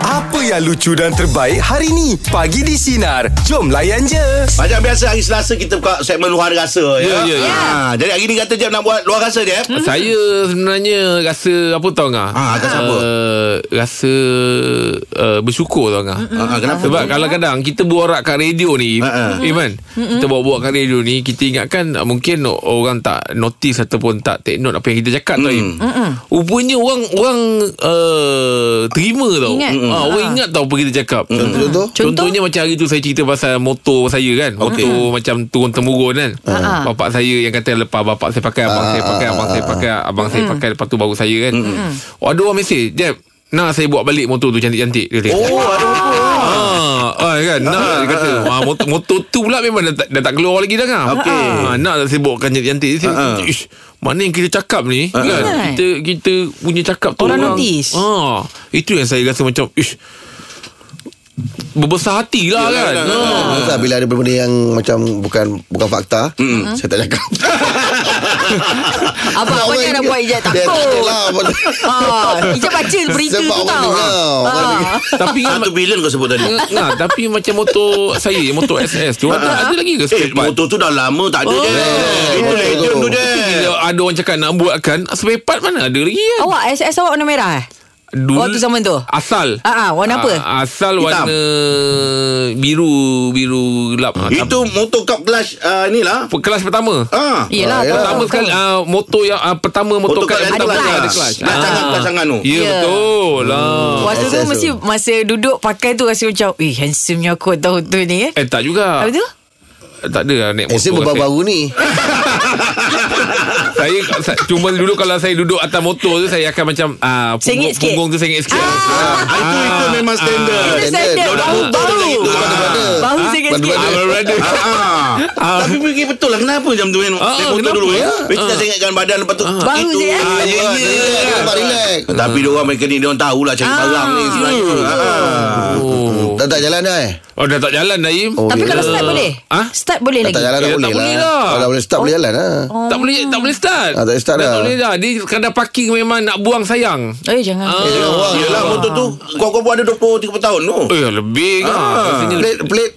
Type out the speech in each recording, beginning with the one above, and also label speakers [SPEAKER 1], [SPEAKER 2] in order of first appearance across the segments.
[SPEAKER 1] Apa yang lucu dan terbaik hari ni? Pagi di Sinar. Jom layan je.
[SPEAKER 2] Macam biasa hari Selasa kita buka segmen luar rasa ya.
[SPEAKER 3] Ya, ya, Hmm. ya.
[SPEAKER 2] Ha, jadi hari ni kata jam nak buat luar rasa dia. eh?
[SPEAKER 3] Ah, Saya sebenarnya rasa apa tau ngah?
[SPEAKER 2] Ah, rasa apa?
[SPEAKER 3] Uh, rasa uh, bersyukur tau ngah.
[SPEAKER 2] Ha, ha, kenapa?
[SPEAKER 3] Sebab kadang-kadang kita borak kat radio ni,
[SPEAKER 2] Ha, ha.
[SPEAKER 3] Iman, kita borak-borak kat radio ni, kita ingatkan ah, mungkin orang tak notice ataupun tak take note apa yang kita cakap tau. Im. Rupanya orang orang uh, terima tau.
[SPEAKER 4] Ingat.
[SPEAKER 3] Ah, orang ingat tau apa kita cakap.
[SPEAKER 2] Contoh-contoh?
[SPEAKER 3] Contohnya macam hari tu saya cerita pasal motor saya kan. Motor macam turun temurun kan.
[SPEAKER 4] Ah.
[SPEAKER 3] Bapak saya yang kata lepas bapak saya pakai abang saya pakai abang saya pakai abang saya pakai lepas tu baru saya kan. Oh, ada orang mesej, "Jap, nak saya buat balik motor tu cantik-cantik." Dia kata.
[SPEAKER 2] Oh, ada apa?
[SPEAKER 3] Ah, ah kan nak dia kata ah, motor, motor tu pula memang dah, tak- dah tak keluar lagi dah kan.
[SPEAKER 2] Okey.
[SPEAKER 3] Ah, nak dah sibukkan cantik-cantik.
[SPEAKER 2] Ah, ah.
[SPEAKER 3] Uh-huh. Ish, mana yang kita cakap ni uh-huh. kan
[SPEAKER 4] Right.
[SPEAKER 3] kita kita punya cakap tu
[SPEAKER 4] Orang notice.
[SPEAKER 3] Ah, itu yang saya rasa macam ish berbesar hati lah kan.
[SPEAKER 2] lah,
[SPEAKER 3] Ah.
[SPEAKER 5] Tak, bila ada benda yang macam bukan bukan fakta, mm. saya tak cakap.
[SPEAKER 4] Abang, abang
[SPEAKER 5] Orang
[SPEAKER 4] ni nak
[SPEAKER 5] ingat-
[SPEAKER 4] buat ijat
[SPEAKER 5] Dia
[SPEAKER 4] takut.
[SPEAKER 5] lah, abang-
[SPEAKER 4] Ah, Ijab baca berita
[SPEAKER 5] Sebab
[SPEAKER 4] tu
[SPEAKER 5] orang
[SPEAKER 4] tau.
[SPEAKER 5] dengar, orang
[SPEAKER 4] Ah.
[SPEAKER 3] Tapi
[SPEAKER 2] Ah,
[SPEAKER 3] kan
[SPEAKER 2] tu billion kau sebut tadi.
[SPEAKER 3] Nah, Ah, tapi macam motor saya, motor SS tu ada, ada lagi ke
[SPEAKER 2] Eh,
[SPEAKER 3] spare part?
[SPEAKER 2] motor tu dah lama tak ada je. Itu
[SPEAKER 5] betul,
[SPEAKER 2] legend tu
[SPEAKER 5] betul.
[SPEAKER 2] je.
[SPEAKER 3] Bila ada orang cakap nak buatkan Spare part mana ada lagi kan
[SPEAKER 4] Awak SS awak warna merah eh?
[SPEAKER 3] Dulu,
[SPEAKER 4] Waktu zaman tu?
[SPEAKER 3] Asal
[SPEAKER 4] Ah, ah, warna apa?
[SPEAKER 3] Ah, Asal
[SPEAKER 2] Hitam.
[SPEAKER 3] warna Biru Biru gelap Ah, tam-
[SPEAKER 2] Itu motor cup clutch ah, ni lah.
[SPEAKER 3] pe- Kelas pertama
[SPEAKER 2] Ah.
[SPEAKER 4] Yelah
[SPEAKER 5] Ah,
[SPEAKER 4] tahu,
[SPEAKER 3] Pertama
[SPEAKER 4] tahu,
[SPEAKER 3] sekali
[SPEAKER 4] tahu.
[SPEAKER 3] ah, Motor yang ah, Pertama motor,
[SPEAKER 2] Motor
[SPEAKER 3] kat
[SPEAKER 2] kat
[SPEAKER 3] pertama
[SPEAKER 2] ada
[SPEAKER 3] yang
[SPEAKER 2] kelas. Rancangan
[SPEAKER 3] Ah.
[SPEAKER 2] rancangan tu.
[SPEAKER 3] Ya
[SPEAKER 4] Ya.
[SPEAKER 3] betul lah
[SPEAKER 4] Waktu tu
[SPEAKER 5] SS tu.
[SPEAKER 4] mesti masa duduk pakai tu rasa macam Eh handsomenya aku tahun tu ni eh
[SPEAKER 3] Eh tak juga
[SPEAKER 4] Habis tu?
[SPEAKER 3] Tak ada lah naik
[SPEAKER 5] Eh, saya
[SPEAKER 3] motor
[SPEAKER 5] baru-baru ni.
[SPEAKER 3] saya, saya Cuma dulu kalau saya duduk atas motor tu Saya akan macam ah, punggung,
[SPEAKER 4] Sengit sikit.
[SPEAKER 3] punggung tu sengit sikit
[SPEAKER 2] Ah, itu itu memang standard.
[SPEAKER 4] Itu
[SPEAKER 5] Standard.
[SPEAKER 4] standard
[SPEAKER 5] Budak
[SPEAKER 4] Bahu
[SPEAKER 2] motor
[SPEAKER 4] Bahu
[SPEAKER 2] lagi tu, mana-mana.
[SPEAKER 4] Bahu sikit-sikit
[SPEAKER 3] Ah, brother.
[SPEAKER 2] Ah. ah. Tapi fikir betul lah Kenapa macam tu kan
[SPEAKER 3] Ah,
[SPEAKER 2] Naik motor
[SPEAKER 3] kenapa
[SPEAKER 2] dulu ya
[SPEAKER 3] ya?
[SPEAKER 2] Bila kita sengitkan badan Lepas tu
[SPEAKER 4] Baru
[SPEAKER 2] itu,
[SPEAKER 4] je, eh?
[SPEAKER 2] ah, ya,
[SPEAKER 5] Ah,
[SPEAKER 2] ya.
[SPEAKER 5] relax, Nampak relax.
[SPEAKER 2] Tapi dia orang mekanik Dia orang tahulah Cari barang ni sebenarnya Ah.
[SPEAKER 3] Oh.
[SPEAKER 5] Dah tak jalan dah eh?
[SPEAKER 3] oh dah tak jalan Naim
[SPEAKER 5] Oh,
[SPEAKER 4] Tapi kalau
[SPEAKER 3] Eh,
[SPEAKER 4] start boleh?
[SPEAKER 3] ah?
[SPEAKER 4] Start boleh
[SPEAKER 5] Dah
[SPEAKER 4] lagi?
[SPEAKER 5] tak jalan dah
[SPEAKER 3] Eh, tak
[SPEAKER 5] boleh
[SPEAKER 3] boleh
[SPEAKER 5] lah.
[SPEAKER 3] lah.
[SPEAKER 5] Kalau boleh start boleh jalan lah.
[SPEAKER 4] Oh.
[SPEAKER 3] Tak boleh tak boleh start.
[SPEAKER 5] Ah, tak boleh start
[SPEAKER 3] tak
[SPEAKER 5] dah.
[SPEAKER 3] boleh dah. Dia kadang parking memang nak buang sayang.
[SPEAKER 4] Eh jangan
[SPEAKER 3] Ah.
[SPEAKER 5] Dia orang.
[SPEAKER 2] Yelah motor tu Kau-kau buat ada 20-30 tahun tu
[SPEAKER 3] Eh lebih kan. Rasanya
[SPEAKER 5] Pelit, pelit.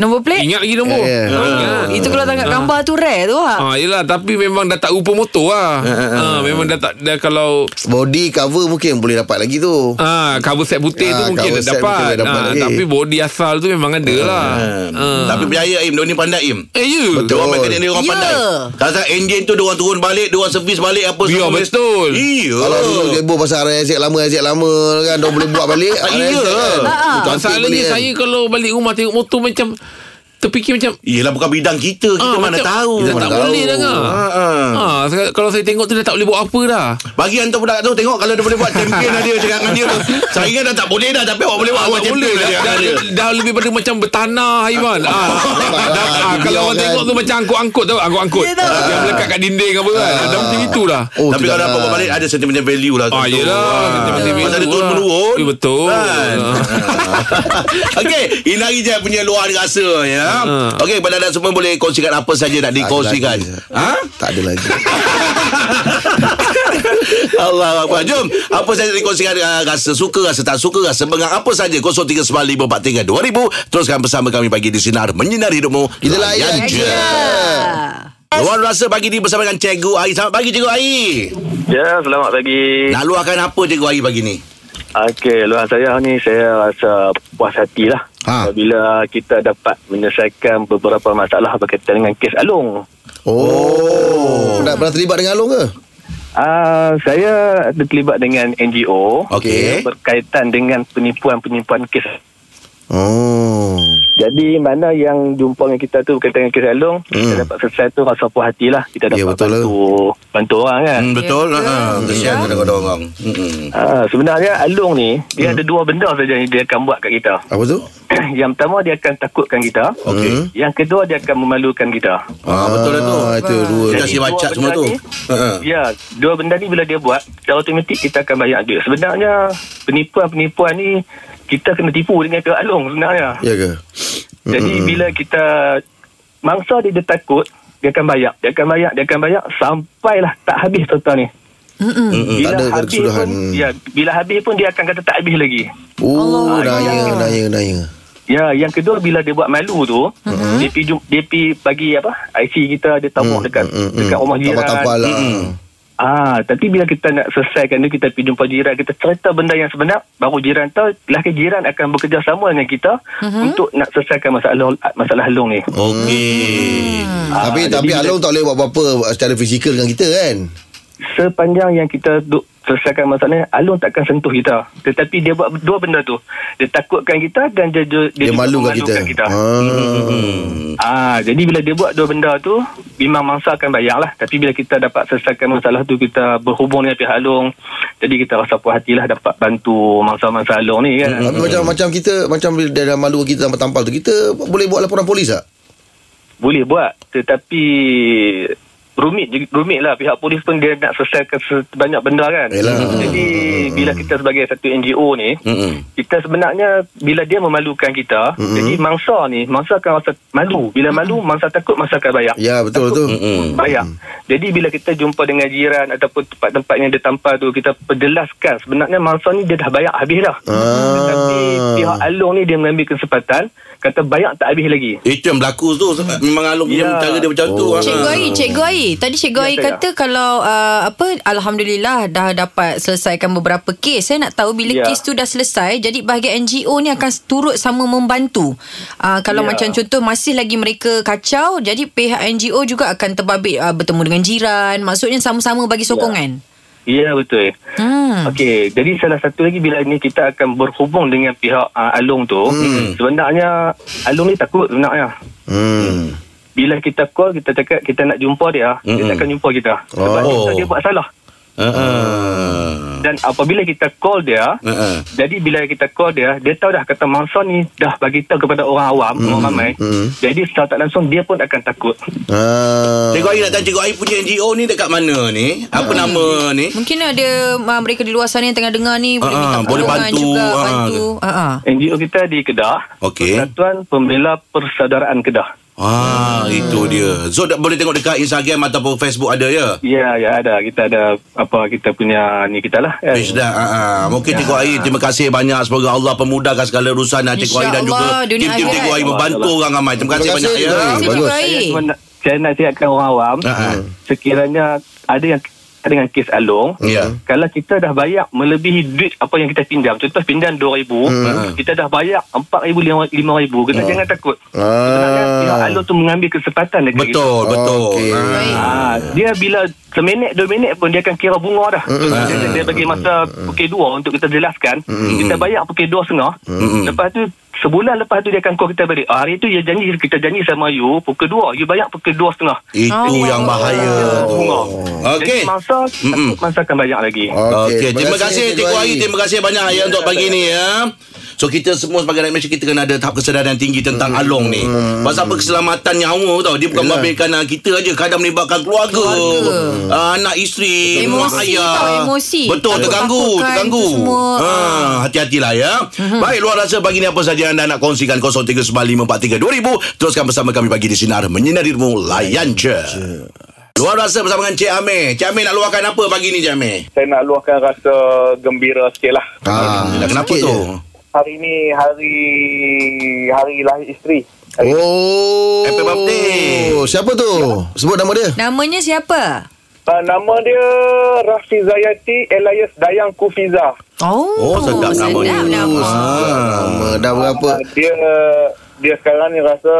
[SPEAKER 4] Nombor plate?
[SPEAKER 3] Ingat lagi nombor.
[SPEAKER 5] Eh,
[SPEAKER 3] Ha, ingat.
[SPEAKER 4] Itu kalau tak angkat gambar tu rare tu
[SPEAKER 5] Ah.
[SPEAKER 4] lah
[SPEAKER 3] Ha yelah tapi memang dah tak rupa motor lah. Ha memang dah tak dah kalau
[SPEAKER 5] Body cover mungkin boleh dapat lagi tu.
[SPEAKER 3] ha cover set putih tu
[SPEAKER 5] Ah,
[SPEAKER 3] mungkin
[SPEAKER 5] cover
[SPEAKER 3] dah
[SPEAKER 5] set
[SPEAKER 3] dapat.
[SPEAKER 5] mungkin dah dapat
[SPEAKER 3] Ha,
[SPEAKER 5] lagi. Ah,
[SPEAKER 3] tapi body asal tu memang ada lah. Ha.
[SPEAKER 2] Hmm. Tapi percaya Im Dia ni pandai Im
[SPEAKER 3] Eh you.
[SPEAKER 2] Dia orang mekanik Dia orang
[SPEAKER 4] Ya.
[SPEAKER 2] pandai Kadang-kadang enjin tu Dia orang turun balik Dia orang servis balik Apa
[SPEAKER 3] Biar
[SPEAKER 2] semua.
[SPEAKER 3] Ya, betul.
[SPEAKER 2] Iya
[SPEAKER 5] Kalau dulu kebo pasal RSX lama, RSX lama kan. Dia boleh buat balik. kan.
[SPEAKER 2] iya.
[SPEAKER 4] Ah,
[SPEAKER 3] Masalahnya Ah, saya kalau balik rumah tengok motor macam terfikir macam
[SPEAKER 2] Yelah bukan bidang kita Kita
[SPEAKER 3] ah,
[SPEAKER 2] mana
[SPEAKER 3] macam,
[SPEAKER 2] tahu
[SPEAKER 3] Kita tak
[SPEAKER 5] Mana tahu.
[SPEAKER 3] boleh dah ngah.
[SPEAKER 2] Ah, ah.
[SPEAKER 3] Ha, sekarang- kalau saya tengok tu dah tak boleh buat apa dah.
[SPEAKER 2] Bagi hantar budak tu Tengok kalau dia boleh buat Champion lah dia Cakap dengan dia tu Saya ingat dah tak boleh dah Tapi awak boleh buat
[SPEAKER 3] Ah,
[SPEAKER 2] Awak
[SPEAKER 3] tak boleh
[SPEAKER 2] champion lah
[SPEAKER 3] dah,
[SPEAKER 2] dia
[SPEAKER 3] dah,
[SPEAKER 2] dia.
[SPEAKER 3] dah, dah lebih pada macam bertanah Iman ah, dah, dah, ah, Kalau orang
[SPEAKER 5] Kan.
[SPEAKER 3] tengok tu macam angkut-angkut tau Angkut-angkut
[SPEAKER 4] Ya, tahu.
[SPEAKER 3] Yang melekat kat dinding apa kan
[SPEAKER 2] Ah.
[SPEAKER 3] Dah macam itu dah
[SPEAKER 5] Oh,
[SPEAKER 2] Tapi
[SPEAKER 5] tu
[SPEAKER 2] kalau
[SPEAKER 5] jangan.
[SPEAKER 2] dapat buat balik Ada sentimental value lah
[SPEAKER 3] Ah,
[SPEAKER 2] tentu.
[SPEAKER 3] yelah kita mesti
[SPEAKER 2] Pasal
[SPEAKER 3] biru
[SPEAKER 2] dia turun
[SPEAKER 3] lah.
[SPEAKER 2] menurun
[SPEAKER 3] Eh, Betul
[SPEAKER 2] Kan? Okey, Inari je punya luar rasa ya.
[SPEAKER 3] Ah.
[SPEAKER 2] Okey, pada anda semua boleh kongsikan apa saja nak dikongsikan.
[SPEAKER 5] Ha? Tak ada lagi.
[SPEAKER 2] Allah Akbar. Jom, apa saja dikongsikan uh, rasa suka, rasa tak suka, rasa bengang apa saja 0395432000 teruskan bersama kami pagi di sinar menyinari hidupmu.
[SPEAKER 5] Kita layan je.
[SPEAKER 4] Ah.
[SPEAKER 2] Luar rasa pagi ni bersama dengan Cikgu Ai. Selamat pagi Cikgu Ai.
[SPEAKER 6] Ya, selamat pagi.
[SPEAKER 2] Nak luahkan apa Cikgu Ai pagi ni?
[SPEAKER 6] Okey, luar saya ni saya rasa puas hati lah.
[SPEAKER 5] Ha.
[SPEAKER 6] Bila kita dapat menyelesaikan beberapa masalah berkaitan dengan kes Alung.
[SPEAKER 5] Oh. Nak pernah terlibat dengan Along ke?
[SPEAKER 6] Ah, saya ada terlibat dengan NGO
[SPEAKER 2] Okey.
[SPEAKER 6] berkaitan dengan penipuan-penipuan kes.
[SPEAKER 5] Oh.
[SPEAKER 6] Jadi mana yang jumpa dengan kita tu berkaitan dengan kes Alung, hmm. kita dapat selesai tu rasa puas hati lah. Kita dapat
[SPEAKER 5] Ya, betul lah.
[SPEAKER 6] bantu, bantu orang kan.
[SPEAKER 2] Hmm, betul.
[SPEAKER 4] Ya.
[SPEAKER 2] Ha, kesian kepada orang. Hmm.
[SPEAKER 6] Ah, sebenarnya Alung ni
[SPEAKER 5] Hmm.
[SPEAKER 6] dia ada dua benda saja yang dia akan buat kat kita.
[SPEAKER 5] Apa tu?
[SPEAKER 6] yang pertama dia akan takutkan kita.
[SPEAKER 2] Okey.
[SPEAKER 5] Hmm.
[SPEAKER 6] Yang kedua dia akan memalukan kita.
[SPEAKER 2] Ah, betul lah tu.
[SPEAKER 5] Ah, Itu dua.
[SPEAKER 2] Kita
[SPEAKER 6] Jadi,
[SPEAKER 2] asyik baca
[SPEAKER 6] dua
[SPEAKER 2] semua
[SPEAKER 6] benda
[SPEAKER 2] tu.
[SPEAKER 6] ni-
[SPEAKER 2] Ha.
[SPEAKER 6] Ya, dua benda ni bila dia buat, secara automatik kita akan bayar duit. Sebenarnya penipuan-penipuan ni kita kena tipu dengan ke alung sebenarnya.
[SPEAKER 5] Ya ke?
[SPEAKER 6] hmm. Jadi bila kita mangsa dia, dia takut, dia akan bayar, dia akan bayar, dia akan bayar sampailah Mm, tak habis total ni.
[SPEAKER 2] Hmm,
[SPEAKER 5] Mm-mm, tak
[SPEAKER 6] Bila
[SPEAKER 5] ada
[SPEAKER 6] habis
[SPEAKER 5] kesudahan.
[SPEAKER 6] pun, ya, bila habis pun dia akan kata tak habis lagi.
[SPEAKER 5] Oh,
[SPEAKER 6] Allah.
[SPEAKER 5] naya, naya, naya.
[SPEAKER 6] Ya, yang kedua bila dia buat malu tu, mm-hmm. dia pi jum- dia pi bagi apa? IC kita dia tabung mm, dekat
[SPEAKER 5] Hmm,
[SPEAKER 6] mm, dekat rumah Hmm. jiran.
[SPEAKER 5] Tapal-tapal lah.
[SPEAKER 6] Mm-mm. Ah, tapi bila kita nak selesaikan dia kita pergi jumpa jiran, kita cerita benda yang sebenar, baru jiran tahu, lelaki jiran akan bekerja sama dengan kita mm-hmm. untuk nak selesaikan masalah masalah long ni.
[SPEAKER 2] Okey.
[SPEAKER 6] Ah,
[SPEAKER 5] Tapi
[SPEAKER 6] jadi
[SPEAKER 5] tapi
[SPEAKER 6] bila-
[SPEAKER 5] Along tak boleh buat apa-apa secara fizikal dengan kita kan.
[SPEAKER 6] sepanjang yang kita duk selesaikan masalah ni Alun takkan sentuh kita tetapi dia buat dua benda tu dia takutkan kita dan dia dia,
[SPEAKER 5] Dia,
[SPEAKER 6] juga
[SPEAKER 5] malukan kita. Ha.
[SPEAKER 6] kita. Hmm.
[SPEAKER 5] Ah.
[SPEAKER 6] Ah, jadi bila dia buat dua benda tu memang mangsa akan bayar lah tapi bila kita dapat selesaikan masalah tu kita berhubung dengan pihak Alung jadi kita rasa puas hatilah dapat bantu mangsa-mangsa Alung ni kan
[SPEAKER 5] Tapi macam macam kita macam bila dia dah malu kita tanpa tampal tu kita boleh buat laporan polis tak?
[SPEAKER 6] boleh buat tetapi rumit je- rumit lah pihak polis pun dia nak selesaikan banyak benda kan
[SPEAKER 5] Yalah.
[SPEAKER 6] jadi bila kita sebagai satu NGO ni
[SPEAKER 2] Mm-mm.
[SPEAKER 6] kita sebenarnya bila dia memalukan kita mm-hmm. jadi mangsa ni mangsa akan rasa malu bila malu mangsa takut mangsa akan bayar
[SPEAKER 5] Ya betul tu.
[SPEAKER 2] Mm-mm.
[SPEAKER 6] bayar jadi bila kita jumpa dengan jiran ataupun tempat-tempat yang dia tampar tu kita perjelaskan sebenarnya mangsa ni dia dah bayar habis dah
[SPEAKER 5] Ah.
[SPEAKER 6] tetapi Hmm. pihak Along ni dia mengambil kesempatan kata bayar tak habis lagi
[SPEAKER 2] Itu yang berlaku tu Memang Alung punya
[SPEAKER 6] Ya.
[SPEAKER 2] cara dia macam tu ah.
[SPEAKER 5] Oh.
[SPEAKER 4] Cikgu Ai, Cikgu Ai. Tadi Cikgu
[SPEAKER 6] Ya,
[SPEAKER 4] Ai
[SPEAKER 6] saya.
[SPEAKER 4] kata kalau uh, apa alhamdulillah dah dapat selesaikan beberapa kes. Saya nak tahu bila
[SPEAKER 6] Ya.
[SPEAKER 4] kes tu dah selesai, jadi bahagian NGO ni akan turut sama membantu. Uh, kalau
[SPEAKER 6] Ya.
[SPEAKER 4] macam contoh masih lagi mereka kacau, jadi pihak NGO juga akan terbabit uh, bertemu dengan jiran. Maksudnya sama-sama bagi sokongan.
[SPEAKER 6] Ya betul.
[SPEAKER 4] Hmm.
[SPEAKER 6] Okey, jadi salah satu lagi bila ni kita akan berhubung dengan pihak uh, Along tu. Hmm. Sebenarnya Along ni takut sebenarnya.
[SPEAKER 5] Hmm.
[SPEAKER 6] Bila kita call kita cakap kita nak jumpa dia, hmm. dia takkan jumpa kita. Sebab
[SPEAKER 2] Oh.
[SPEAKER 6] kita dia buat salah.
[SPEAKER 2] Ah,
[SPEAKER 6] Dan apabila kita call dia,
[SPEAKER 2] ah. Ah, ah.
[SPEAKER 6] jadi bila kita call dia, dia tahu dah kata mangsa ni dah bagi tahu kepada orang awam, orang ramai. Jadi secara tak langsung dia pun akan takut.
[SPEAKER 5] Ah.
[SPEAKER 2] Cikgu Air nak tanya Cikgu Air punya NGO ni dekat mana ni? Apa nama ni?
[SPEAKER 4] Mungkin ada uh, mereka di luar sana yang tengah dengar ni boleh
[SPEAKER 2] Ah,
[SPEAKER 4] minta
[SPEAKER 2] ah, boleh
[SPEAKER 4] pertolongan
[SPEAKER 2] bantu,
[SPEAKER 4] juga,
[SPEAKER 2] ah.
[SPEAKER 4] bantu. Ah, ah.
[SPEAKER 6] NGO kita di Kedah.
[SPEAKER 2] Okey.
[SPEAKER 6] Persatuan Pembela Persaudaraan Kedah.
[SPEAKER 2] Ah, itu dia. So dah boleh tengok dekat Instagram ataupun Facebook ada ya.
[SPEAKER 6] Ya, ya ada. Kita ada apa kita punya ni kita lah. kan.
[SPEAKER 2] Page dah. Ah, ah. Mungkin Cikgu Air terima kasih banyak semoga Allah pemudahkan segala urusan ah, Cikgu Air dan juga
[SPEAKER 4] InsyaAllah, dunia
[SPEAKER 2] tim-tim
[SPEAKER 4] akhirat.
[SPEAKER 2] Cikgu Air membantu
[SPEAKER 6] Allah.
[SPEAKER 2] orang ramai. Terima kasih
[SPEAKER 5] Terima
[SPEAKER 2] banyak
[SPEAKER 5] kasih,
[SPEAKER 2] ya.
[SPEAKER 5] Cikgu Air.
[SPEAKER 4] Saya
[SPEAKER 5] bagus.
[SPEAKER 4] juga
[SPEAKER 6] Saya
[SPEAKER 4] Ai.
[SPEAKER 6] cuma nak, saya nak siapkan orang awam
[SPEAKER 2] Ah, ah.
[SPEAKER 6] sekiranya ada yang ada dengan kes alung
[SPEAKER 2] Ya.
[SPEAKER 6] kalau kita dah bayar melebihi duit apa yang kita pinjam contoh pinjam RM2,000
[SPEAKER 2] Hmm.
[SPEAKER 6] kita dah bayar RM4,000 RM5,000 kita
[SPEAKER 2] Ah.
[SPEAKER 6] jangan takut sebenarnya pihak alung tu mengambil kesempatan dekat kita
[SPEAKER 2] Betul, betul.
[SPEAKER 5] Okey.
[SPEAKER 2] Ah.
[SPEAKER 4] Baik.
[SPEAKER 6] Ah, dia bila seminit dua minit pun dia akan kira bunga dah. Dia, dia, dia bagi masa pukul dua untuk kita jelaskan. Kita bayar pukul dua setengah. Lepas tu sebulan lepas tu dia akan call kita balik. Ah, hari tu dia janji kita janji sama you pukul dua. You bayar pukul dua setengah.
[SPEAKER 2] Itu
[SPEAKER 4] Oh,
[SPEAKER 2] yang
[SPEAKER 4] Allah.
[SPEAKER 2] bahaya.
[SPEAKER 6] Kira
[SPEAKER 2] tu.
[SPEAKER 6] Bunga.
[SPEAKER 2] Okey.
[SPEAKER 6] Jadi mangsa
[SPEAKER 2] Mm-mm.
[SPEAKER 6] takut mangsa akan bayar lagi.
[SPEAKER 2] Okey, terima kasih Cikgu Ayi. Terima kasih banyak ya untuk pagi ni ya. So kita semua sebagai rakyat Malaysia kita kena ada tahap kesedaran tinggi tentang along ni. Pasal apa keselamatan nyawa tau. Dia bukan membabitkan ah, kita aja kadang melibatkan keluarga, ah, anak isteri,
[SPEAKER 4] Emosi
[SPEAKER 2] mak ayah.
[SPEAKER 4] tau, emosi.
[SPEAKER 2] Betul
[SPEAKER 4] Takut
[SPEAKER 2] terganggu,
[SPEAKER 4] takutkan
[SPEAKER 2] terganggu.
[SPEAKER 4] tu semua. Mhm.
[SPEAKER 2] Ha, hati-hatilah ya. Baik luar rasa pagi ni apa saja anda nak kongsikan 0395432000 teruskan bersama kami pagi di sinar menyinari rumah layan je. Luar rasa bersama dengan Cik Amir. Cik Amir nak luahkan apa pagi ni Cik Amir?
[SPEAKER 7] saya nak luahkan rasa gembira sikit lah.
[SPEAKER 5] Ah,
[SPEAKER 2] Kenapa
[SPEAKER 5] sikit
[SPEAKER 2] tu?
[SPEAKER 5] je.
[SPEAKER 7] Hari ni hari hari lahir isteri.
[SPEAKER 5] Oh.
[SPEAKER 2] Happy birthday.
[SPEAKER 5] Siapa tu? Sebut nama dia.
[SPEAKER 4] Namanya siapa?
[SPEAKER 7] Uh, nama dia Rafi Zayati Elias Dayang Kufiza.
[SPEAKER 4] Oh,
[SPEAKER 2] Oh, sedap nama dia.
[SPEAKER 4] nama.
[SPEAKER 5] Ah, dah berapa?
[SPEAKER 7] Uh, dia dia sekarang ni rasa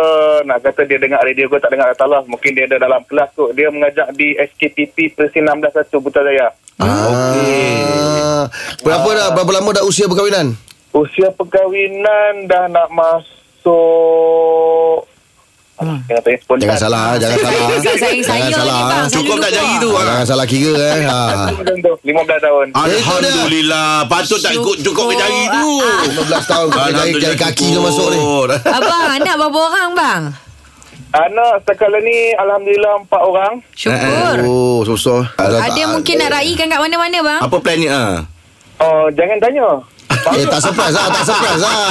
[SPEAKER 7] nak kata dia dengar radio ke tak dengar kata lah. Mungkin dia ada dalam kelas kot. Dia mengajak di SKPP Persin 161 Putrajaya.
[SPEAKER 5] Ah. Berapa dah berapa lama dah usia perkahwinan?
[SPEAKER 7] Usia perkahwinan dah nak masuk Hmm. Jangan, tanya spontan.
[SPEAKER 5] Jangan salah, ah, jangan salah. ah.
[SPEAKER 4] Agak sayang saya
[SPEAKER 5] Jangan
[SPEAKER 4] ni
[SPEAKER 5] salah.
[SPEAKER 4] bang
[SPEAKER 5] ah.
[SPEAKER 4] Selalu
[SPEAKER 2] Cukup tak
[SPEAKER 4] lupa.
[SPEAKER 2] jari tu.
[SPEAKER 5] Jangan salah kira eh. Ha.
[SPEAKER 7] Macam tu, 15 tahun.
[SPEAKER 5] Ah. Eh,
[SPEAKER 2] Alhamdulillah. Patut tak ikut cukup ke jari tu.
[SPEAKER 5] 15 Ah, tahun kena jari, jari kaki tu masuk ni.
[SPEAKER 4] Abang anak berapa orang bang?
[SPEAKER 7] Anak sekali ni Alhamdulillah empat orang
[SPEAKER 4] Syukur
[SPEAKER 5] Oh, susah.
[SPEAKER 4] Ada Ah, mungkin nak raikan kat mana-mana bang
[SPEAKER 2] Apa plan ni? ah?
[SPEAKER 7] Oh jangan tanya
[SPEAKER 5] ah, Eh tak surprise lah Tak surprise lah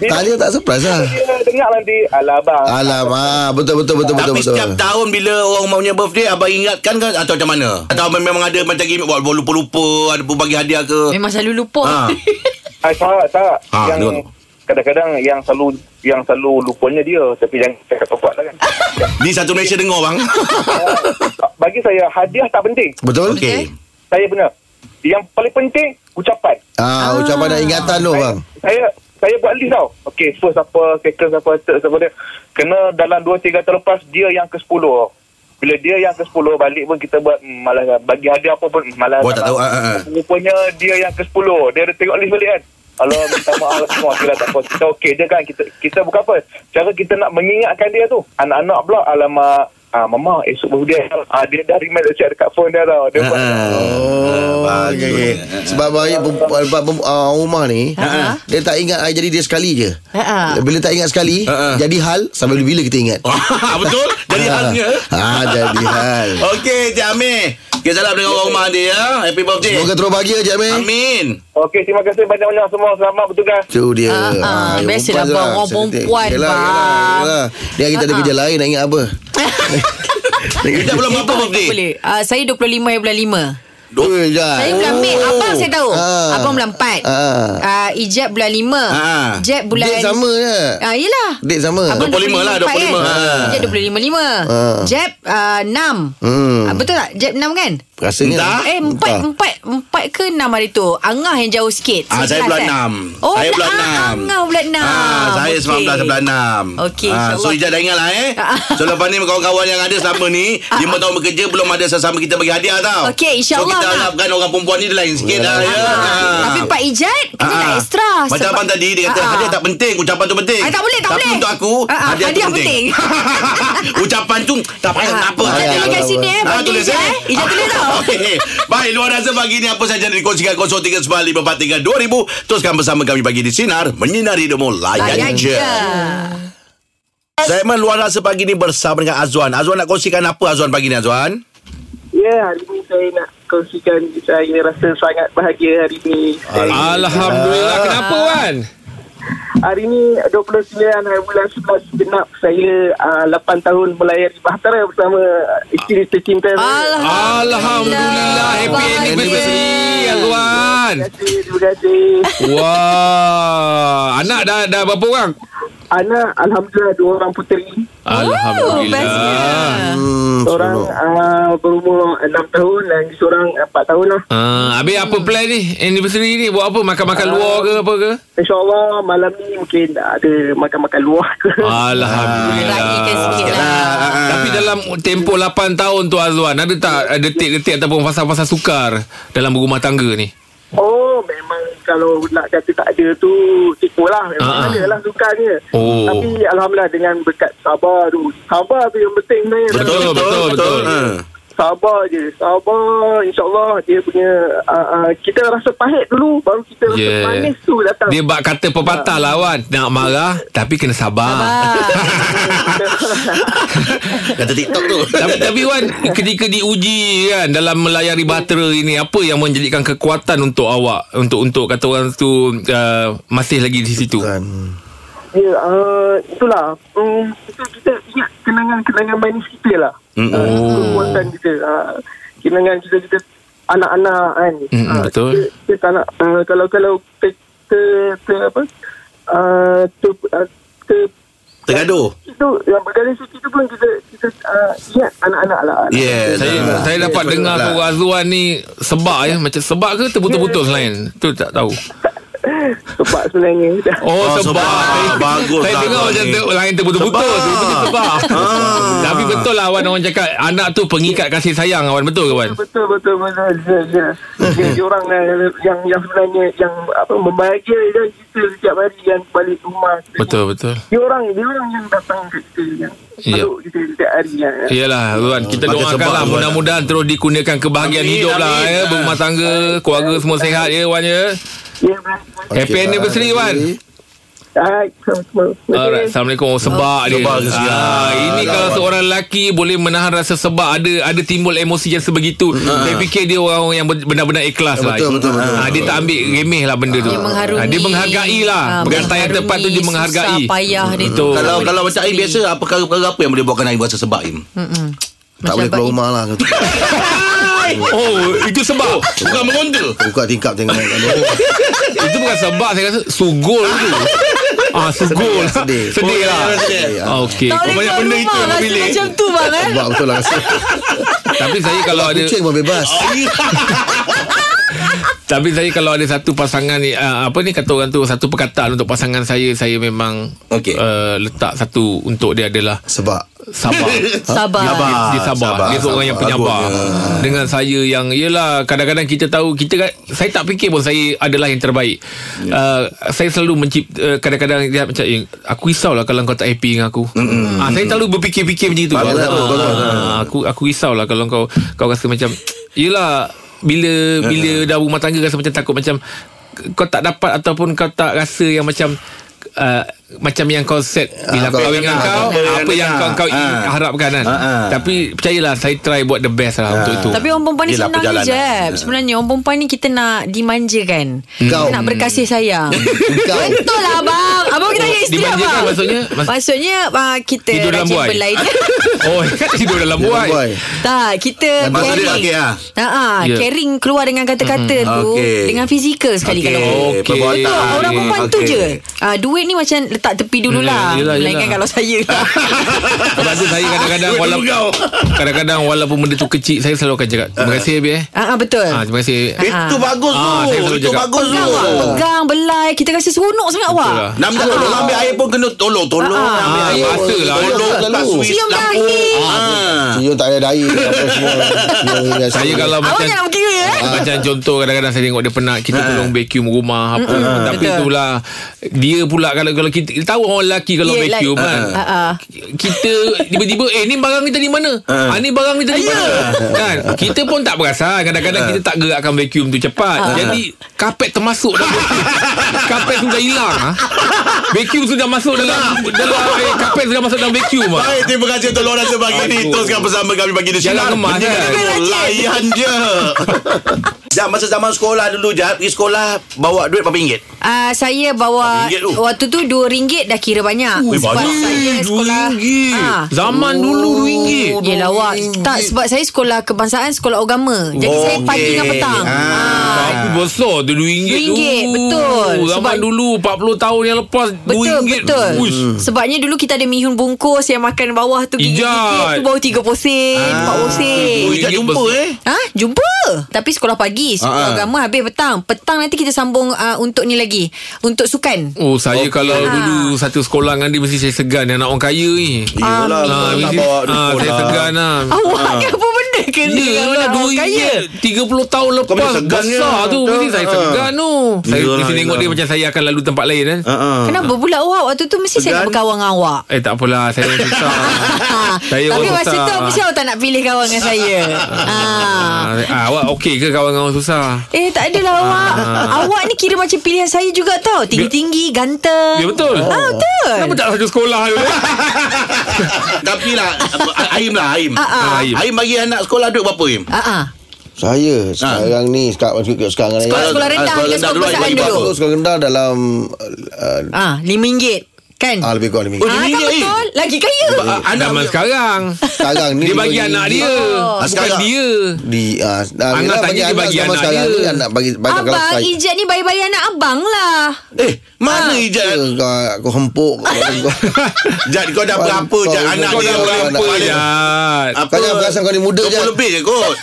[SPEAKER 5] Tanya tak surprise lah
[SPEAKER 7] Dia ingat nanti Alah abang
[SPEAKER 5] Ah. Alamak Betul betul betul betul
[SPEAKER 2] Tapi
[SPEAKER 5] betul.
[SPEAKER 2] setiap tahun bila orang punya birthday abang ingatkan ke atau macam mana? Atau abang memang ada macam gimmick buat buat lupa-lupa, ada bagi hadiah ke?
[SPEAKER 4] Memang selalu lupa
[SPEAKER 2] Ha.
[SPEAKER 7] Ah, tak, tak.
[SPEAKER 2] Ah,
[SPEAKER 7] yang
[SPEAKER 2] dia-
[SPEAKER 7] kadang-kadang yang selalu yang selalu lupanya dia tapi jangan cakap kuat lah kan.
[SPEAKER 2] Ni satu Malaysia dengar bang.
[SPEAKER 7] Ah, Bagi saya hadiah tak penting.
[SPEAKER 5] Betul
[SPEAKER 2] Okey.
[SPEAKER 7] Saya benar. Yang paling penting ucapan.
[SPEAKER 5] Ah, Ucapan dan ingatan tu bang
[SPEAKER 7] Saya saya buat list tau. Okey, first apa, second apa, third apa dia. Kena dalam 2 3 tahun lepas dia yang ke-10. Bila dia yang ke-10 balik pun kita buat hmm, malas lah. bagi hadiah apa pun malas. lah.
[SPEAKER 2] Buat tak tahu, ah, ah, ah.
[SPEAKER 7] Rupanya dia yang ke-10. Dia ada tengok list balik kan. Kalau minta maaf lah semua kita tak apa. Kita okey je kan. Kita kita bukan apa. Cara kita nak mengingatkan dia tu. Anak-anak pula alamak Ah, mama esok birthday ah, dia dah remind dia dekat phone dia
[SPEAKER 2] Ah,
[SPEAKER 7] tau. Dia buat
[SPEAKER 5] Oh, okay, okay. Sebab baik uh, rumah ni
[SPEAKER 4] Ha.
[SPEAKER 5] Dia tak ingat hari jadi dia sekali je
[SPEAKER 4] Ha.
[SPEAKER 5] Bila tak ingat sekali
[SPEAKER 2] Ha.
[SPEAKER 5] Jadi hal Sampai bila kita ingat
[SPEAKER 3] Oh,
[SPEAKER 2] Betul? Jadi halnya.
[SPEAKER 5] Ah, jadi hal
[SPEAKER 2] Okey, Cik Amir. Kita salam dengan orang rumah dia ya. Happy birthday.
[SPEAKER 5] Semoga terus bahagia je Amir
[SPEAKER 2] Amin.
[SPEAKER 7] Okey, terima kasih banyak-banyak semua. Selamat bertugas.
[SPEAKER 5] Tu dia
[SPEAKER 4] Ah,
[SPEAKER 5] ya
[SPEAKER 4] ah.
[SPEAKER 5] yang
[SPEAKER 4] Biasalah,
[SPEAKER 5] perempuan tu
[SPEAKER 4] bang. Orang
[SPEAKER 5] sensitif.
[SPEAKER 4] perempuan,
[SPEAKER 5] lah, Yelah,
[SPEAKER 4] bang.
[SPEAKER 5] yelah, yelah. Dia kita
[SPEAKER 4] Ah,
[SPEAKER 5] ada
[SPEAKER 4] ah.
[SPEAKER 5] kerja lain Nak ingat apa
[SPEAKER 2] Kita belum apa
[SPEAKER 4] Tak
[SPEAKER 2] birthday.
[SPEAKER 4] boleh uh, Saya 25 yang bulan 5
[SPEAKER 5] Dua Oh, jam
[SPEAKER 4] Saya bulan Mei Abang saya tahu
[SPEAKER 5] Ah.
[SPEAKER 4] Abang bulan 4
[SPEAKER 5] Ah.
[SPEAKER 4] uh, Ijab bulan 5
[SPEAKER 2] Ah.
[SPEAKER 4] Jeb bulan
[SPEAKER 5] Date sama je
[SPEAKER 4] Ah, yelah
[SPEAKER 5] Date sama
[SPEAKER 4] Abang
[SPEAKER 2] 25 lah, 25.
[SPEAKER 4] kan?
[SPEAKER 2] Ah.
[SPEAKER 4] Ijab 25
[SPEAKER 5] Ah.
[SPEAKER 4] Jeb uh, 6
[SPEAKER 5] Hmm.
[SPEAKER 4] Ah, Betul tak? Jeb 6 kan?
[SPEAKER 5] Rasanya
[SPEAKER 2] Ah,
[SPEAKER 5] lah.
[SPEAKER 2] Entah.
[SPEAKER 4] Eh, empat, empat, empat ke enam hari tu? Angah yang jauh sikit.
[SPEAKER 2] Ah, saya
[SPEAKER 4] Sebelas,
[SPEAKER 2] bulan
[SPEAKER 4] eh?
[SPEAKER 2] enam.
[SPEAKER 4] Oh,
[SPEAKER 2] saya bulan
[SPEAKER 4] ah,
[SPEAKER 2] enam.
[SPEAKER 4] Angah bulan enam.
[SPEAKER 2] Ah, saya
[SPEAKER 4] Okey.
[SPEAKER 2] 19 bulan enam.
[SPEAKER 4] Okey,
[SPEAKER 2] Ah, so
[SPEAKER 4] insyaAllah.
[SPEAKER 2] Ijaz dah ingat lah eh.
[SPEAKER 4] Ah.
[SPEAKER 2] So lepas ni kawan-kawan yang ada selama ni, 5 tahun bekerja belum ada sesama kita bagi hadiah tau.
[SPEAKER 4] Okey,
[SPEAKER 2] So
[SPEAKER 4] insyaAllah,
[SPEAKER 2] kita
[SPEAKER 4] Mak.
[SPEAKER 2] harapkan orang perempuan ni dia lain sikit lah ya.
[SPEAKER 4] Ah, Tapi Pak Ijat Kena
[SPEAKER 2] Ah,
[SPEAKER 4] tak
[SPEAKER 2] ah.
[SPEAKER 4] ekstra
[SPEAKER 2] Macam
[SPEAKER 4] sebab-
[SPEAKER 2] abang tadi Dia kata
[SPEAKER 4] Ah, ah.
[SPEAKER 2] hadiah tak penting Ucapan tu penting
[SPEAKER 4] Ah, tak boleh, tak
[SPEAKER 2] Tapi
[SPEAKER 4] boleh.
[SPEAKER 2] untuk aku
[SPEAKER 4] Ah, ah,
[SPEAKER 2] Hadiah,
[SPEAKER 4] hadiah
[SPEAKER 2] tu penting, Ucapan tu Tak payah
[SPEAKER 4] Ah,
[SPEAKER 2] tak apa
[SPEAKER 4] Ijat
[SPEAKER 2] Hadiah.
[SPEAKER 4] tulis kat sini eh
[SPEAKER 2] Ah,
[SPEAKER 4] Bagi
[SPEAKER 2] tulis
[SPEAKER 4] Ijat
[SPEAKER 2] eh.
[SPEAKER 4] eh Ijat tulis tau
[SPEAKER 2] Okey. Baik, luar rasa pagi ni apa saja yang dikongsikan 0395432000. Teruskan bersama kami pagi di Sinar. Menyinari hidupmu.
[SPEAKER 4] Layan
[SPEAKER 2] Layan je.
[SPEAKER 4] je
[SPEAKER 2] Segmen luar rasa pagi ni bersama dengan Azwan. Azwan nak kongsikan apa Azwan pagi ni Azwan?
[SPEAKER 8] Ya, hari ini saya nak kongsikan saya rasa sangat bahagia hari ini.
[SPEAKER 2] Ah.
[SPEAKER 3] Alhamdulillah. Kenapa Wan?
[SPEAKER 8] Hari ini 29 hari bulan 11 genap saya uh, 8 tahun melayari bahtera bersama isteri tercinta saya.
[SPEAKER 3] Alhamdulillah. Happy
[SPEAKER 4] Bahagia.
[SPEAKER 3] anniversary Azwan.
[SPEAKER 8] Terima kasih, terima kasih.
[SPEAKER 3] Wah, anak dah dah berapa orang?
[SPEAKER 8] Anak, Alhamdulillah dua orang puteri.
[SPEAKER 3] Alhamdulillah.
[SPEAKER 5] Hmm,
[SPEAKER 8] Seorang uh, berumur 6 tahun dan seorang 4 tahun lah.
[SPEAKER 3] Ah, habis apa plan ni? Anniversary ni buat apa? Makan-makan
[SPEAKER 4] Ah.
[SPEAKER 3] luar ke apa ke?
[SPEAKER 8] InsyaAllah malam ni mungkin ada makan-makan luar ke.
[SPEAKER 3] Ah, Alhamdulillah.
[SPEAKER 4] Raihkan sikit lah
[SPEAKER 8] Ah.
[SPEAKER 3] Tapi dalam tempoh 8 tahun tu Azwan Ada tak eh, detik-detik ataupun fasa-fasa sukar Dalam berumah tangga ni?
[SPEAKER 8] Oh memang kalau nak kata tak ada tu tipu lah memang
[SPEAKER 3] Ah.
[SPEAKER 8] ada lah sukanya
[SPEAKER 3] Oh.
[SPEAKER 8] tapi Alhamdulillah dengan berkat sabar tu sabar tu yang penting sebenarnya
[SPEAKER 3] Betul, betul, betul.
[SPEAKER 2] Hmm.
[SPEAKER 8] sabar je sabar insyaAllah dia punya uh, uh, kita rasa pahit dulu baru kita rasa
[SPEAKER 3] Yeah.
[SPEAKER 8] manis tu datang
[SPEAKER 3] Ya. Dia bak kata pepatah lah Wan Nak marah tapi kena sabar
[SPEAKER 2] Kata TikTok tu.
[SPEAKER 3] tapi, tapi Wan Ketika diuji kan Dalam melayari bahtera ini Apa yang menjadikan kekuatan untuk awak Untuk untuk kata orang tu uh, Masih lagi di situ
[SPEAKER 8] Ya, uh, itulah. Um, kita, kita ingat kenangan-kenangan manis kita lah.
[SPEAKER 2] Mm-mm.
[SPEAKER 8] Uh, kekuatan kita. Uh, kenangan kita, kita anak-anak kan.
[SPEAKER 3] Mm-mm,
[SPEAKER 8] Ah,
[SPEAKER 3] betul.
[SPEAKER 8] Kita, kita tak nak, uh, kalau, kalau ter, ter, ter, apa, uh, ter, uh, ter,
[SPEAKER 2] Tergaduh.
[SPEAKER 8] itu yang bergaris itu pun kita kita uh, ingat anak-anak lah.
[SPEAKER 2] Yeah.
[SPEAKER 3] Saya
[SPEAKER 2] Ah.
[SPEAKER 3] saya dapat
[SPEAKER 5] betul
[SPEAKER 3] dengar
[SPEAKER 5] lah.
[SPEAKER 3] kau Azwan ni Sebab ya Macam sebab ke terputus-putus lain Tu tak tahu
[SPEAKER 8] Sebab sebenarnya. Dah.
[SPEAKER 3] Oh,
[SPEAKER 2] Oh,
[SPEAKER 3] oh
[SPEAKER 2] sebab.
[SPEAKER 3] sebab.
[SPEAKER 2] Bagus
[SPEAKER 3] Saya
[SPEAKER 2] lah
[SPEAKER 3] dengar
[SPEAKER 2] kau
[SPEAKER 3] macam
[SPEAKER 2] ni.
[SPEAKER 3] ter, lain terputus-putus.
[SPEAKER 2] Sebab. Ah.
[SPEAKER 3] Sebab. sebab. Tapi betul lah Wan orang cakap anak tu pengikat kasih sayang Wan betul ke Wan?
[SPEAKER 8] Betul betul betul. Dia, dia, dia, dia orang eh, yang yang sebenarnya yang apa membahagia dan kita setiap hari yang balik rumah.
[SPEAKER 3] Betul betul.
[SPEAKER 8] Dia orang dia orang yang datang kat kita yang
[SPEAKER 3] Ya.
[SPEAKER 8] peluk kita setiap hari ya. yang
[SPEAKER 3] Iyalah Wan kita
[SPEAKER 2] Pakai
[SPEAKER 3] doakan
[SPEAKER 2] sebab,
[SPEAKER 3] lah
[SPEAKER 2] Wan.
[SPEAKER 3] mudah-mudahan terus dikurniakan kebahagiaan
[SPEAKER 2] Amin,
[SPEAKER 3] hidup lah
[SPEAKER 2] amin.
[SPEAKER 3] ya berumah tangga keluarga semua sehat ya Wan ya.
[SPEAKER 8] ya,
[SPEAKER 3] Happy anniversary Wan.
[SPEAKER 8] Hai, sama-sama.
[SPEAKER 3] Alright, Assalamualaikum. Oh, sebab dia.
[SPEAKER 2] Sebab dia.
[SPEAKER 3] Ah, ini
[SPEAKER 2] Alamak.
[SPEAKER 3] kalau seorang lelaki boleh menahan rasa sebab ada ada timbul emosi yang sebegitu. Saya fikir dia orang yang ber- benar-benar ikhlas lah.
[SPEAKER 5] Ah. Betul, betul, betul.
[SPEAKER 3] Ah, dia tak ambil remeh lah benda tu.
[SPEAKER 4] Dia mengharungi.
[SPEAKER 3] Ah, dia menghargai lah.
[SPEAKER 4] Ah,
[SPEAKER 3] Perkataan yang tepat tu dia
[SPEAKER 4] mengharungi,
[SPEAKER 3] menghargai.
[SPEAKER 4] Susah payah dia tu.
[SPEAKER 3] Betul.
[SPEAKER 2] Kalau
[SPEAKER 4] Boleh
[SPEAKER 2] kalau macam Aim
[SPEAKER 4] sendiri.
[SPEAKER 2] biasa apa perkara-perkara apa yang boleh buatkan Aim rasa sebab Aim?
[SPEAKER 4] Mm-mm.
[SPEAKER 5] Tak boleh
[SPEAKER 4] Macam
[SPEAKER 5] keluar rumah lah
[SPEAKER 3] Oh, itu sebab.
[SPEAKER 2] Bukan mengonda.
[SPEAKER 5] Buka tingkap tengok
[SPEAKER 3] itu bukan sebab saya rasa sugul tu. Ah, sugul.
[SPEAKER 5] Sedih, sedih.
[SPEAKER 3] Sedih lah.
[SPEAKER 2] Sedih.
[SPEAKER 3] Ah, Okey.
[SPEAKER 4] Tak boleh
[SPEAKER 2] banyak
[SPEAKER 4] keluar
[SPEAKER 2] benda
[SPEAKER 4] rumah
[SPEAKER 2] itu dalam
[SPEAKER 4] Rasa
[SPEAKER 2] bilik.
[SPEAKER 4] macam tu bang eh
[SPEAKER 5] Sebab betul lah rasa
[SPEAKER 3] Tapi saya kalau ada
[SPEAKER 5] Kucing pun bebas
[SPEAKER 3] Tapi saya kalau ada satu pasangan ni uh, apa ni kata orang tu satu perkataan untuk pasangan saya saya memang
[SPEAKER 2] Okey.
[SPEAKER 3] uh, letak satu untuk dia adalah
[SPEAKER 5] Sebab
[SPEAKER 3] sabar.
[SPEAKER 4] Sabar
[SPEAKER 3] Dia, dia sabar.
[SPEAKER 5] sabar,
[SPEAKER 3] sabar. Dia seorang
[SPEAKER 5] sabar.
[SPEAKER 3] yang penyabar.
[SPEAKER 5] Bagus.
[SPEAKER 3] Dengan saya yang yelah kadang-kadang kita tahu kita kan- saya tak fikir pun saya adalah yang terbaik.
[SPEAKER 5] Ya.
[SPEAKER 3] Yeah. Uh, saya selalu mencipta uh, kadang-kadang dia macam eh, aku risaulah kalau kau tak happy dengan aku. Mm-hmm. Uh, saya selalu berfikir-fikir macam itu.
[SPEAKER 5] Bagus,
[SPEAKER 3] Ah,
[SPEAKER 5] bagus, bagus.
[SPEAKER 3] ah, aku aku risaulah kalau kau kau rasa macam yelah bila bila dah
[SPEAKER 5] Ya.
[SPEAKER 3] rumah tangga rasa macam takut macam kau tak dapat ataupun kau tak rasa yang macam Uh, macam yang kau set bila
[SPEAKER 5] Ah,
[SPEAKER 3] kau
[SPEAKER 5] kau-
[SPEAKER 3] kahwin dengan
[SPEAKER 5] ah,
[SPEAKER 3] kau
[SPEAKER 2] kau-
[SPEAKER 3] apa yang kau kau
[SPEAKER 2] ah.
[SPEAKER 3] harapkan kan
[SPEAKER 2] Ah, ah.
[SPEAKER 3] tapi percayalah saya try buat the best lah untuk itu
[SPEAKER 4] Tapi orang perempuan ni
[SPEAKER 2] Yelah,
[SPEAKER 4] senang je
[SPEAKER 2] perjalanan.
[SPEAKER 4] Jeb Sebenarnya orang perempuan ni kita nak dimanjakan
[SPEAKER 5] Kau.
[SPEAKER 4] Kita nak berkasih
[SPEAKER 3] Hmm.
[SPEAKER 4] sayang
[SPEAKER 5] Kau.
[SPEAKER 4] Betul lah abang Abang kita tanya isteri
[SPEAKER 3] Dimanjakan
[SPEAKER 4] abang
[SPEAKER 3] maksudnya? Mas-
[SPEAKER 4] Maksudnya ah, Kita
[SPEAKER 3] Tidur dalam
[SPEAKER 4] rajin
[SPEAKER 3] buai.
[SPEAKER 4] berlainan
[SPEAKER 3] oh kan tidur dalam
[SPEAKER 5] Buat
[SPEAKER 3] buai
[SPEAKER 4] Tak, kita
[SPEAKER 2] Masa dia okey
[SPEAKER 4] caring.
[SPEAKER 2] ah.
[SPEAKER 4] Ha ah,
[SPEAKER 3] Ya. Hmm,
[SPEAKER 4] caring keluar dengan kata-kata mm. tu
[SPEAKER 2] Okey.
[SPEAKER 4] dengan fizikal sekali
[SPEAKER 2] Okey.
[SPEAKER 4] okay. kalau.
[SPEAKER 3] Okey.
[SPEAKER 2] Perbuatan.
[SPEAKER 4] Betul, orang
[SPEAKER 3] Okey.
[SPEAKER 4] perempuan tu je. Ah, duit ni macam letak tepi dululah.
[SPEAKER 3] Hmm, yelah,
[SPEAKER 4] Mm,
[SPEAKER 3] yelah.
[SPEAKER 4] Melainkan kalau saya lah.
[SPEAKER 3] sebab tu saya kadang-kadang
[SPEAKER 2] Duit
[SPEAKER 3] walaupun
[SPEAKER 2] dulu
[SPEAKER 3] kadang-kadang walaupun benda tu kecil saya selalu akan cakap terima kasih Abi eh
[SPEAKER 4] ah, ah, betul.
[SPEAKER 3] ah terima kasih
[SPEAKER 4] Ah,
[SPEAKER 2] Itu bagus Eh, tu.
[SPEAKER 3] Ah, saya selalu
[SPEAKER 2] Itu
[SPEAKER 3] cakap.
[SPEAKER 2] bagus tu.
[SPEAKER 4] Pegang awak, pegang, belai. Kita rasa seronok sangat awak.
[SPEAKER 3] lah.
[SPEAKER 2] Nam tak tolong ambil air pun kena tolong tolong
[SPEAKER 4] Ah, ah.
[SPEAKER 2] ambil
[SPEAKER 3] Ah,
[SPEAKER 2] air.
[SPEAKER 3] bahasa lah.
[SPEAKER 2] Tolong
[SPEAKER 5] Selalu.
[SPEAKER 2] tak suis
[SPEAKER 4] Cium
[SPEAKER 2] lampu.
[SPEAKER 4] dahi.
[SPEAKER 2] Ah.
[SPEAKER 5] Senyum tak payah dahi Apa semua
[SPEAKER 3] saya kalau
[SPEAKER 4] Awak
[SPEAKER 3] macam
[SPEAKER 4] jangan berkira eh.
[SPEAKER 2] Ah.
[SPEAKER 3] macam contoh kadang-kadang saya tengok dia penat kita tolong vacuum rumah apa tapi
[SPEAKER 4] betul.
[SPEAKER 3] itulah dia pula kalau kalau kita tahu orang lelaki kalau
[SPEAKER 4] Yelah.
[SPEAKER 3] vacuum kan
[SPEAKER 4] Ah, ah.
[SPEAKER 3] kita tiba-tiba eh ni barang ni tadi mana? Ha. Ah, ni barang ni tadi
[SPEAKER 2] ya.
[SPEAKER 3] mana? Kan? Kita pun tak perasan
[SPEAKER 2] Ha.
[SPEAKER 3] kadang-kadang kita tak gerakkan vacuum tu cepat.
[SPEAKER 4] Ha.
[SPEAKER 3] Jadi kapet termasuk dalam vacuum. kapet sudah hilang ah. Vacuum sudah masuk dalam dalam eh, kapet sudah masuk dalam vacuum ah.
[SPEAKER 2] Baik, terima kasih untuk Lorang sebagi ni. Teruskan bersama kami bagi di sinar.
[SPEAKER 3] Jangan kemas,
[SPEAKER 2] Menyinari
[SPEAKER 3] kan?
[SPEAKER 2] hidupmu. Layan je. Jam, masa zaman sekolah dulu, Jam. Pergi sekolah, bawa duit berapa ringgit?
[SPEAKER 4] Ah, saya bawa
[SPEAKER 2] RM8 tu.
[SPEAKER 4] waktu tu RM2 dah kira banyak.
[SPEAKER 2] Ui,
[SPEAKER 4] sebab
[SPEAKER 2] banyak.
[SPEAKER 4] saya sekolah.
[SPEAKER 3] RM2.
[SPEAKER 4] Ah. Oh,
[SPEAKER 3] Zaman dulu RM2.
[SPEAKER 4] Yelah awak Tak sebab saya sekolah kebangsaan Sekolah agama Jadi okay. saya
[SPEAKER 2] Oh, Okey.
[SPEAKER 4] pagi dengan petang
[SPEAKER 2] Ah.
[SPEAKER 4] ah.
[SPEAKER 3] Aku besar tu RM2 tu.
[SPEAKER 4] RM2, betul.
[SPEAKER 3] Zaman
[SPEAKER 4] Sebab-
[SPEAKER 3] dulu 40 tahun yang lepas
[SPEAKER 4] Betul
[SPEAKER 3] RM2.
[SPEAKER 4] betul
[SPEAKER 3] Uish.
[SPEAKER 2] Hmm.
[SPEAKER 4] Sebabnya dulu kita ada mihun bungkus Yang makan bawah tu
[SPEAKER 3] Ijat.
[SPEAKER 4] Gigit-gigit tu baru 3 posen 4 posen
[SPEAKER 2] Oh, Ijat
[SPEAKER 3] Ringgit
[SPEAKER 2] jumpa
[SPEAKER 3] besar.
[SPEAKER 2] eh.
[SPEAKER 4] Ha? Jumpa Tapi sekolah pagi Sekolah
[SPEAKER 2] Ah, ah.
[SPEAKER 4] agama habis petang Petang nanti kita sambung uh, Untuk ni lagi Untuk sukan
[SPEAKER 3] Oh saya okay. kalau
[SPEAKER 4] Ah.
[SPEAKER 3] dulu satu sekolah dengan dia mesti saya segan anak orang kaya ni.
[SPEAKER 2] Yelah,
[SPEAKER 3] Ah,
[SPEAKER 2] tak
[SPEAKER 3] mesti-
[SPEAKER 2] bawa duit
[SPEAKER 3] ah, saya
[SPEAKER 2] sekolah.
[SPEAKER 3] segan lah.
[SPEAKER 4] Awak ni apa benda kena dengan
[SPEAKER 3] Yelah
[SPEAKER 4] orang
[SPEAKER 3] duit
[SPEAKER 4] kaya
[SPEAKER 3] dia 30 tahun lepas
[SPEAKER 2] boleh segan
[SPEAKER 3] Besar
[SPEAKER 2] ke?
[SPEAKER 3] tu
[SPEAKER 2] Betul.
[SPEAKER 3] Mesti saya
[SPEAKER 2] Ha.
[SPEAKER 3] segan tu Saya
[SPEAKER 2] Yelah, Ha.
[SPEAKER 3] mesti tengok
[SPEAKER 2] yelah.
[SPEAKER 3] dia Macam saya akan lalu tempat lain kan
[SPEAKER 4] Kenapa pula awak Waktu tu mesti saya nak berkawan dengan awak
[SPEAKER 3] Eh tak apalah Saya orang susah Saya
[SPEAKER 4] Tapi
[SPEAKER 3] orang
[SPEAKER 4] masa
[SPEAKER 3] susah
[SPEAKER 4] tu Mesti awak tak nak pilih kawan dengan saya ah.
[SPEAKER 3] Ah, ah, Awak okey ke kawan dengan orang susah
[SPEAKER 4] Eh tak adalah awak
[SPEAKER 3] Ah.
[SPEAKER 4] Awak ni kira macam pilihan saya juga tau Tinggi-tinggi Ganteng
[SPEAKER 3] Ya betul
[SPEAKER 4] Ah, betul
[SPEAKER 3] Kenapa tak satu sekolah tu
[SPEAKER 2] Tapi lah, Aim lah, Aim.
[SPEAKER 4] Ah, ah.
[SPEAKER 3] Aim.
[SPEAKER 2] Aim bagi anak sekolah duit berapa, Aim?
[SPEAKER 4] Ah, ah.
[SPEAKER 5] Saya
[SPEAKER 3] Ah.
[SPEAKER 5] Sekarang ni Sekarang sekarang ni
[SPEAKER 4] Sekolah, sekolah
[SPEAKER 2] Ah, sekolah
[SPEAKER 4] rendah ke
[SPEAKER 2] rendah
[SPEAKER 4] sekolah
[SPEAKER 2] dulu,
[SPEAKER 4] perasaan
[SPEAKER 2] Aim bagi
[SPEAKER 4] dulu
[SPEAKER 2] berapa?
[SPEAKER 5] Sekolah rendah dalam uh,
[SPEAKER 4] Ah, RM5 Kan
[SPEAKER 5] Ah lebih
[SPEAKER 2] Oh,
[SPEAKER 5] kurang lebih.
[SPEAKER 4] Ah, kan
[SPEAKER 2] RM5, Aim.
[SPEAKER 4] betul Lagi kaya
[SPEAKER 2] Ah, Anak
[SPEAKER 3] Zaman sekarang
[SPEAKER 5] Sekarang ni
[SPEAKER 3] Dia bagi anak dia
[SPEAKER 4] Oh.
[SPEAKER 3] Bukan
[SPEAKER 2] Ah, Sekarang-
[SPEAKER 3] dia
[SPEAKER 5] Di ah
[SPEAKER 3] Angah
[SPEAKER 5] yelah,
[SPEAKER 3] tanya dia bagi
[SPEAKER 5] zaman
[SPEAKER 3] anak
[SPEAKER 5] sekarang
[SPEAKER 3] dia.
[SPEAKER 5] ni anak bagi banyak kalau
[SPEAKER 4] Abang
[SPEAKER 5] saya.
[SPEAKER 4] Ijat ni bayi-bayi anak abang lah
[SPEAKER 2] Eh, mana Ijat?
[SPEAKER 5] Ya, kau, kau hempuk
[SPEAKER 2] Jad kau dah
[SPEAKER 5] Kau-
[SPEAKER 2] berapa
[SPEAKER 5] kau-
[SPEAKER 2] Jad anak
[SPEAKER 5] kau
[SPEAKER 2] dia
[SPEAKER 5] dah
[SPEAKER 2] berapa
[SPEAKER 5] berapa,
[SPEAKER 3] ya?
[SPEAKER 2] dia?
[SPEAKER 3] Jad
[SPEAKER 5] Kau jangan perasan kau ni muda je
[SPEAKER 2] 20 lebih je kot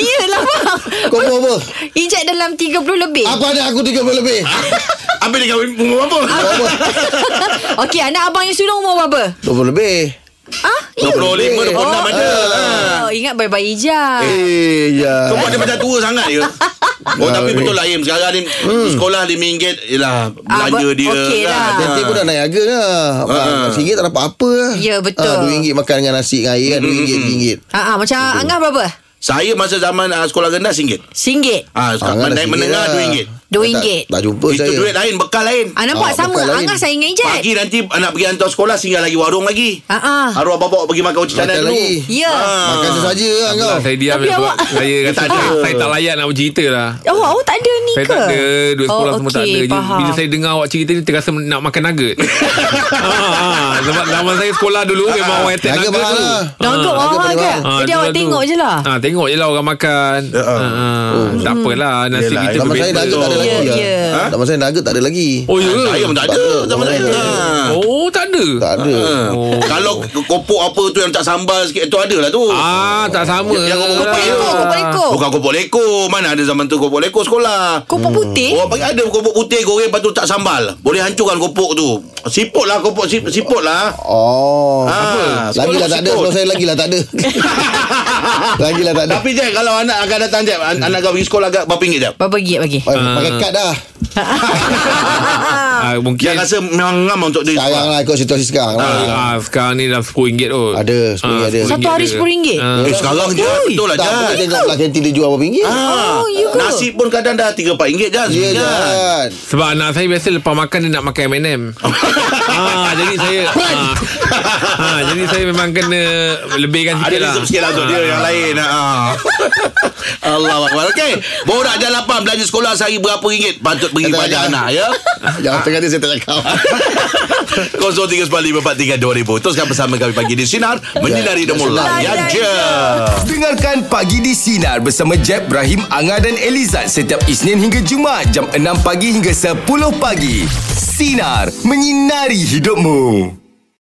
[SPEAKER 4] Yelah bang
[SPEAKER 5] Kau umur apa
[SPEAKER 4] Ijat dalam 30 lebih
[SPEAKER 5] Apa ada aku 30 lebih
[SPEAKER 3] Ah.
[SPEAKER 2] Habis dia kahwin umur berapa?
[SPEAKER 4] Okey anak abang yang sulung umur berapa
[SPEAKER 5] 20 lebih
[SPEAKER 4] Ah, ya
[SPEAKER 2] 25, 26 ada Ah.
[SPEAKER 4] Oh, ingat bayi-bayi Ijat
[SPEAKER 5] Eh ya
[SPEAKER 2] Kau buat dia macam tua sangat je Oh
[SPEAKER 5] Ah,
[SPEAKER 2] tapi
[SPEAKER 5] ni.
[SPEAKER 2] betul lah Im Sekarang ni Sekolah RM5 Yelah Belanja
[SPEAKER 4] ber-
[SPEAKER 2] dia kan.
[SPEAKER 4] okey lah.
[SPEAKER 5] Nanti pun dah naik harga lah
[SPEAKER 2] Ah.
[SPEAKER 5] Abang, RM1 tak dapat apa lah
[SPEAKER 4] Ya, betul.
[SPEAKER 5] Ah, RM2 makan dengan nasi dengan air kan RM2 RM2
[SPEAKER 4] Ah, ah, macam Angah berapa?
[SPEAKER 2] Saya masa zaman ah, sekolah rendah RM1
[SPEAKER 4] RM1
[SPEAKER 2] Ah,
[SPEAKER 5] Ah,
[SPEAKER 2] sekarang
[SPEAKER 5] dah
[SPEAKER 2] naik
[SPEAKER 5] RM1
[SPEAKER 2] menengah
[SPEAKER 5] lah.
[SPEAKER 2] RM2
[SPEAKER 4] RM2.
[SPEAKER 5] Tak, tak jumpa
[SPEAKER 2] Itu
[SPEAKER 5] saya.
[SPEAKER 2] duit lah. lain, bekal lain.
[SPEAKER 4] Ah, nampak
[SPEAKER 5] Ah,
[SPEAKER 4] sama.
[SPEAKER 5] bukan lain.
[SPEAKER 4] Angah saya ingat
[SPEAKER 2] Pagi
[SPEAKER 4] ijat.
[SPEAKER 2] nanti anak pergi hantar sekolah singgah lagi warung lagi.
[SPEAKER 4] Ah, ah.
[SPEAKER 2] Arwah bapak pergi makan uci
[SPEAKER 5] Makan
[SPEAKER 2] canan dulu.
[SPEAKER 5] lagi.
[SPEAKER 4] Ya.
[SPEAKER 3] Ah.
[SPEAKER 5] Makan sesaja lah kau.
[SPEAKER 3] Lah, saya diam
[SPEAKER 4] Tapi
[SPEAKER 3] je sebab
[SPEAKER 4] awak-
[SPEAKER 3] saya rasa
[SPEAKER 2] tak ada.
[SPEAKER 3] saya, saya tak layak nak bercerita lah.
[SPEAKER 4] Oh, awak tak ada ni
[SPEAKER 3] Saya
[SPEAKER 4] ke?
[SPEAKER 3] tak ada Duit sekolah
[SPEAKER 4] Oh,
[SPEAKER 3] oh, semua tak
[SPEAKER 4] okey,
[SPEAKER 3] ada Jadi,
[SPEAKER 4] faham.
[SPEAKER 3] Bila saya dengar awak cerita ni Terasa nak makan nugget ha, ha. Sebab zaman saya sekolah dulu Memang orang attack
[SPEAKER 5] Harga
[SPEAKER 3] nugget
[SPEAKER 5] mahal
[SPEAKER 3] tu
[SPEAKER 5] lah.
[SPEAKER 4] Nangkut
[SPEAKER 5] Ah,
[SPEAKER 4] awak
[SPEAKER 5] ada
[SPEAKER 4] ke?
[SPEAKER 5] pada
[SPEAKER 3] Ah,
[SPEAKER 4] oh, Jadi
[SPEAKER 3] tu
[SPEAKER 4] awak
[SPEAKER 3] lah tu.
[SPEAKER 4] tengok je lah.
[SPEAKER 3] Ah, tengok je lah orang makan.
[SPEAKER 2] Ya, ah.
[SPEAKER 3] Ah, tak apalah nasib
[SPEAKER 2] Yelah,
[SPEAKER 3] kita
[SPEAKER 5] Nama saya
[SPEAKER 3] berbeza.
[SPEAKER 5] nugget tak ada
[SPEAKER 4] Ya,
[SPEAKER 5] lagi.
[SPEAKER 4] ya.
[SPEAKER 2] Ha?
[SPEAKER 5] lah. Nama saya nugget tak ada lagi.
[SPEAKER 3] Oh ya. ke?
[SPEAKER 2] Saya pun tak ada.
[SPEAKER 5] Tak
[SPEAKER 2] Zaman
[SPEAKER 5] ada.
[SPEAKER 2] saya. Ha.
[SPEAKER 3] Oh, tak ada.
[SPEAKER 5] Tak ada.
[SPEAKER 3] Oh.
[SPEAKER 2] Kalau kopok apa tu yang tak sambal sikit tu ada lah tu.
[SPEAKER 3] Ah, tak sama.
[SPEAKER 2] Yang kau
[SPEAKER 4] Kopok
[SPEAKER 2] Ah.
[SPEAKER 4] lekor, kopok lekor.
[SPEAKER 2] Bukan kopok leko. Mana ada zaman tu kopok leko sekolah.
[SPEAKER 4] Kopok putih?
[SPEAKER 2] Orang panggil ada kopok putih goreng lepas tu tak sambal. Boleh hancurkan kopok tu. Siput lah kopok sip, siput lah.
[SPEAKER 5] Oh.
[SPEAKER 2] Ah,
[SPEAKER 5] Lagi lah tak ada.
[SPEAKER 2] siput.
[SPEAKER 5] Sebelum saya lagi lah tak ada. Lagi lah tak ada.
[SPEAKER 2] Tapi Jack kalau anak akan datang Jack an- Anak kau pergi sekolah agak berapa ringgit Jack?
[SPEAKER 4] Berapa gig bagi?
[SPEAKER 5] Oh, Pakai kad dah.
[SPEAKER 3] Ah, mungkin
[SPEAKER 2] Yang rasa memang ngam untuk dia
[SPEAKER 5] Sekarang lah ikut situasi sekarang lah.
[SPEAKER 3] ah, sekarang ni dah RM10 kot.
[SPEAKER 5] Ada, RM10
[SPEAKER 3] Ah,
[SPEAKER 5] ada.
[SPEAKER 3] RM10
[SPEAKER 4] Satu hari RM10?
[SPEAKER 3] Ah.
[SPEAKER 2] Eh sekarang je Betul lah
[SPEAKER 5] Tak apa
[SPEAKER 2] Jack
[SPEAKER 5] tengok lah kantin dia jual berapa ringgit.
[SPEAKER 2] Ah,
[SPEAKER 4] Oh, you go.
[SPEAKER 2] Nasi pun kadang dah RM3-4 ringgit Jack
[SPEAKER 5] Ya
[SPEAKER 2] sebenarnya.
[SPEAKER 5] kan.
[SPEAKER 3] Sebab anak saya biasa lepas makan dia nak makan M&M. ah, jadi saya ah, ah, jadi saya memang kena lebihkan
[SPEAKER 2] Ada
[SPEAKER 3] sikit lah.
[SPEAKER 2] reserve sikit lah untuk dia
[SPEAKER 3] Ah.
[SPEAKER 2] yang lain ah. Allah Akbar Okay Borak jam 8 Belanja sekolah sehari berapa ringgit Patut beri
[SPEAKER 5] Tak, tak,
[SPEAKER 2] pada
[SPEAKER 5] tak.
[SPEAKER 2] anak ya
[SPEAKER 5] Jangan tengah dia saya tak cakap.
[SPEAKER 2] 0395432000 Teruskan bersama kami pagi di Sinar Menyinari Demo Layan je
[SPEAKER 1] Dengarkan Pagi di Sinar bersama Jeb, Ibrahim, Anga dan Elizad setiap Isnin hingga Jumaat jam 6 pagi hingga 10 pagi. Sinar. Menyinari hidupmu.